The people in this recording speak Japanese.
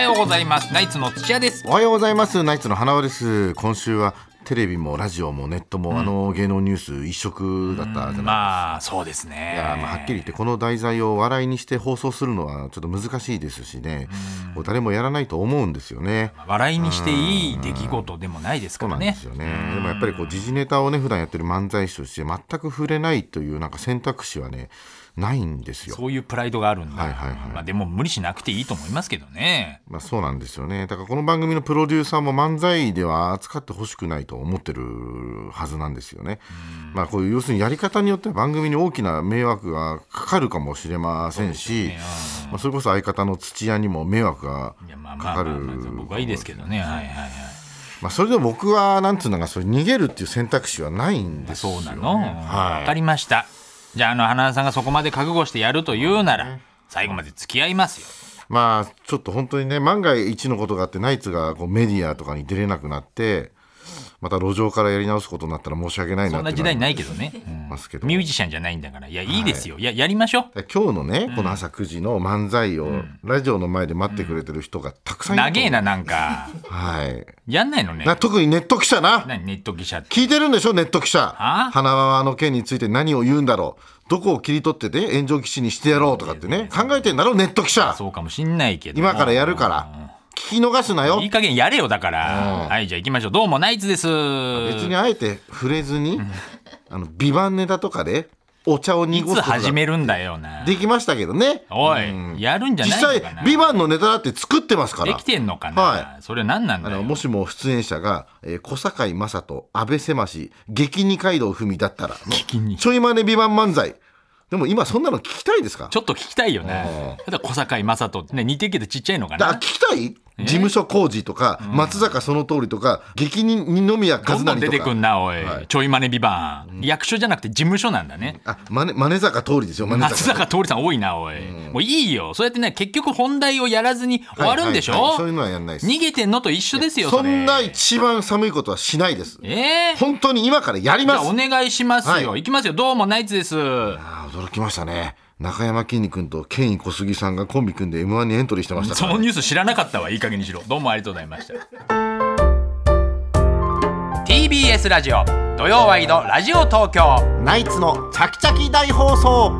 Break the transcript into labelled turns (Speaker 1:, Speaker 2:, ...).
Speaker 1: ようございますナイツの土屋です
Speaker 2: おはようございますナイツの花輪です今週はテレビもラジオもネットも、あの芸能ニュース一色だったじゃない
Speaker 1: まあそうですね
Speaker 2: いやまあはっきり言ってこの題材を笑いにして放送するのはちょっと難しいですしね、こう誰もやらないと思うんですよね。
Speaker 1: 笑いにしていい出来事でもないですか
Speaker 2: そうな
Speaker 1: ら
Speaker 2: んで
Speaker 1: ね
Speaker 2: すよねでもやっぱりこう時事ネタをね普段やってる漫才師として全く触れないというなんか選択肢はねないんですよ。
Speaker 1: そういうプライドがあるんだ、
Speaker 2: はいはいはい
Speaker 1: まあ、でも無理しなくていいと思いますけどね
Speaker 2: まあ、そうなんですよねだからこの番組のプロデューサーも漫才では扱ってほしくないと思ってるはずなんですよね。まあ、こういう要するにやり方によっては番組に大きな迷惑がかかるかもしれませんしそ,、まあ、それこそ相方の土屋にも迷惑が
Speaker 1: いやまあま
Speaker 2: か
Speaker 1: あま
Speaker 2: か
Speaker 1: あ
Speaker 2: る
Speaker 1: まあ僕はいいですけどねはいはいはい
Speaker 2: まあ、それでも僕はなんつうのかそう逃げるっていう選択肢はないんですよ、ね、
Speaker 1: そうなの、わか
Speaker 2: はい、
Speaker 1: りましたじゃああの花田さんがそこまで覚悟してやるというなら最後まで付き合いますよ
Speaker 2: まあちょっと本当にね万が一のことがあってナイツがこうメディアとかに出れなくなってまた路上からやり直すことになったら申し訳ないな
Speaker 1: そ
Speaker 2: っ
Speaker 1: ん
Speaker 2: て
Speaker 1: な時代ないいけどね、うん
Speaker 2: ますけど
Speaker 1: ミュージシャンじゃないんだからいやいいですよ、い、ややりましょう
Speaker 2: 今日のねこの朝9時の漫才をラジオの前で待ってくれてる人がたくさんいる
Speaker 1: 長えななんか
Speaker 2: はい
Speaker 1: やんないのね
Speaker 2: な特にネット記者な
Speaker 1: 何ネット記者って
Speaker 2: 聞いてるんでしょネット記者
Speaker 1: あ
Speaker 2: 花輪の件について何を言うんだろうどこを切り取ってて炎上基地にしてやろうとかってね考えてんだろネット記者
Speaker 1: そうかもしんないけど
Speaker 2: 今からやるから聞き逃すなよ
Speaker 1: いい加減やれよだから、はいじゃあ行きましょうどうもナイツです
Speaker 2: 別にあえて触れずにあの美版ネタとかでお茶を
Speaker 1: い
Speaker 2: 濁
Speaker 1: つ
Speaker 2: すことが
Speaker 1: 始めるんだよな
Speaker 2: できましたけどね
Speaker 1: おい、やるんじゃ
Speaker 2: 実
Speaker 1: ないのか
Speaker 2: 際
Speaker 1: な
Speaker 2: 美版のネタだって作ってますか
Speaker 1: で
Speaker 2: ら
Speaker 1: きてんのかな、
Speaker 2: は
Speaker 1: それ何なん
Speaker 2: あ
Speaker 1: だ
Speaker 2: の
Speaker 1: よ
Speaker 2: もしも出演者が、えー小堺雅人安倍狭し激二階堂ふみだったら
Speaker 1: 激 二
Speaker 2: ちょい真似美版漫才でも今そんなの聞きたいですか
Speaker 1: ちょっと聞きたいよねただ小堺雅人ってね似てるけどちっちゃいのか
Speaker 2: だから
Speaker 1: な
Speaker 2: 聞きたい事務所工事とか、松坂その通りとか激二二宮和
Speaker 1: どんど
Speaker 2: 也と
Speaker 1: ん
Speaker 2: か
Speaker 1: 出てくんなおい、
Speaker 2: はい
Speaker 1: ちょい真似ビバン、役所じゃなくて事務所なんだね、
Speaker 2: あ真似真似坂通りですよ真似
Speaker 1: 松
Speaker 2: 坂
Speaker 1: 坂桃李さん多いなおい、もういいよそうやってね結局本題をやらずに終わるんでしょ、
Speaker 2: はいはいはいそういうのはやんないです
Speaker 1: 逃げてんのと一緒ですよ
Speaker 2: そ
Speaker 1: それ
Speaker 2: んな一番寒いことはしないです
Speaker 1: ええー、
Speaker 2: 本当に今からやり
Speaker 1: じ
Speaker 2: ま
Speaker 1: ゃあ
Speaker 2: す
Speaker 1: お願いしますよ、、
Speaker 2: はい
Speaker 1: きますよどうもナイツです
Speaker 2: あー驚きましたね中山きんに君とケイン小杉さんがコンビ組んで m 1にエントリーしてましたか
Speaker 1: そ
Speaker 2: らね
Speaker 1: のニュース知らなかったわいい加減にしろどうもありがとうございました TBS ラジオ土曜ワイドラジオ東京
Speaker 3: ナイツのチャキチャキ大放送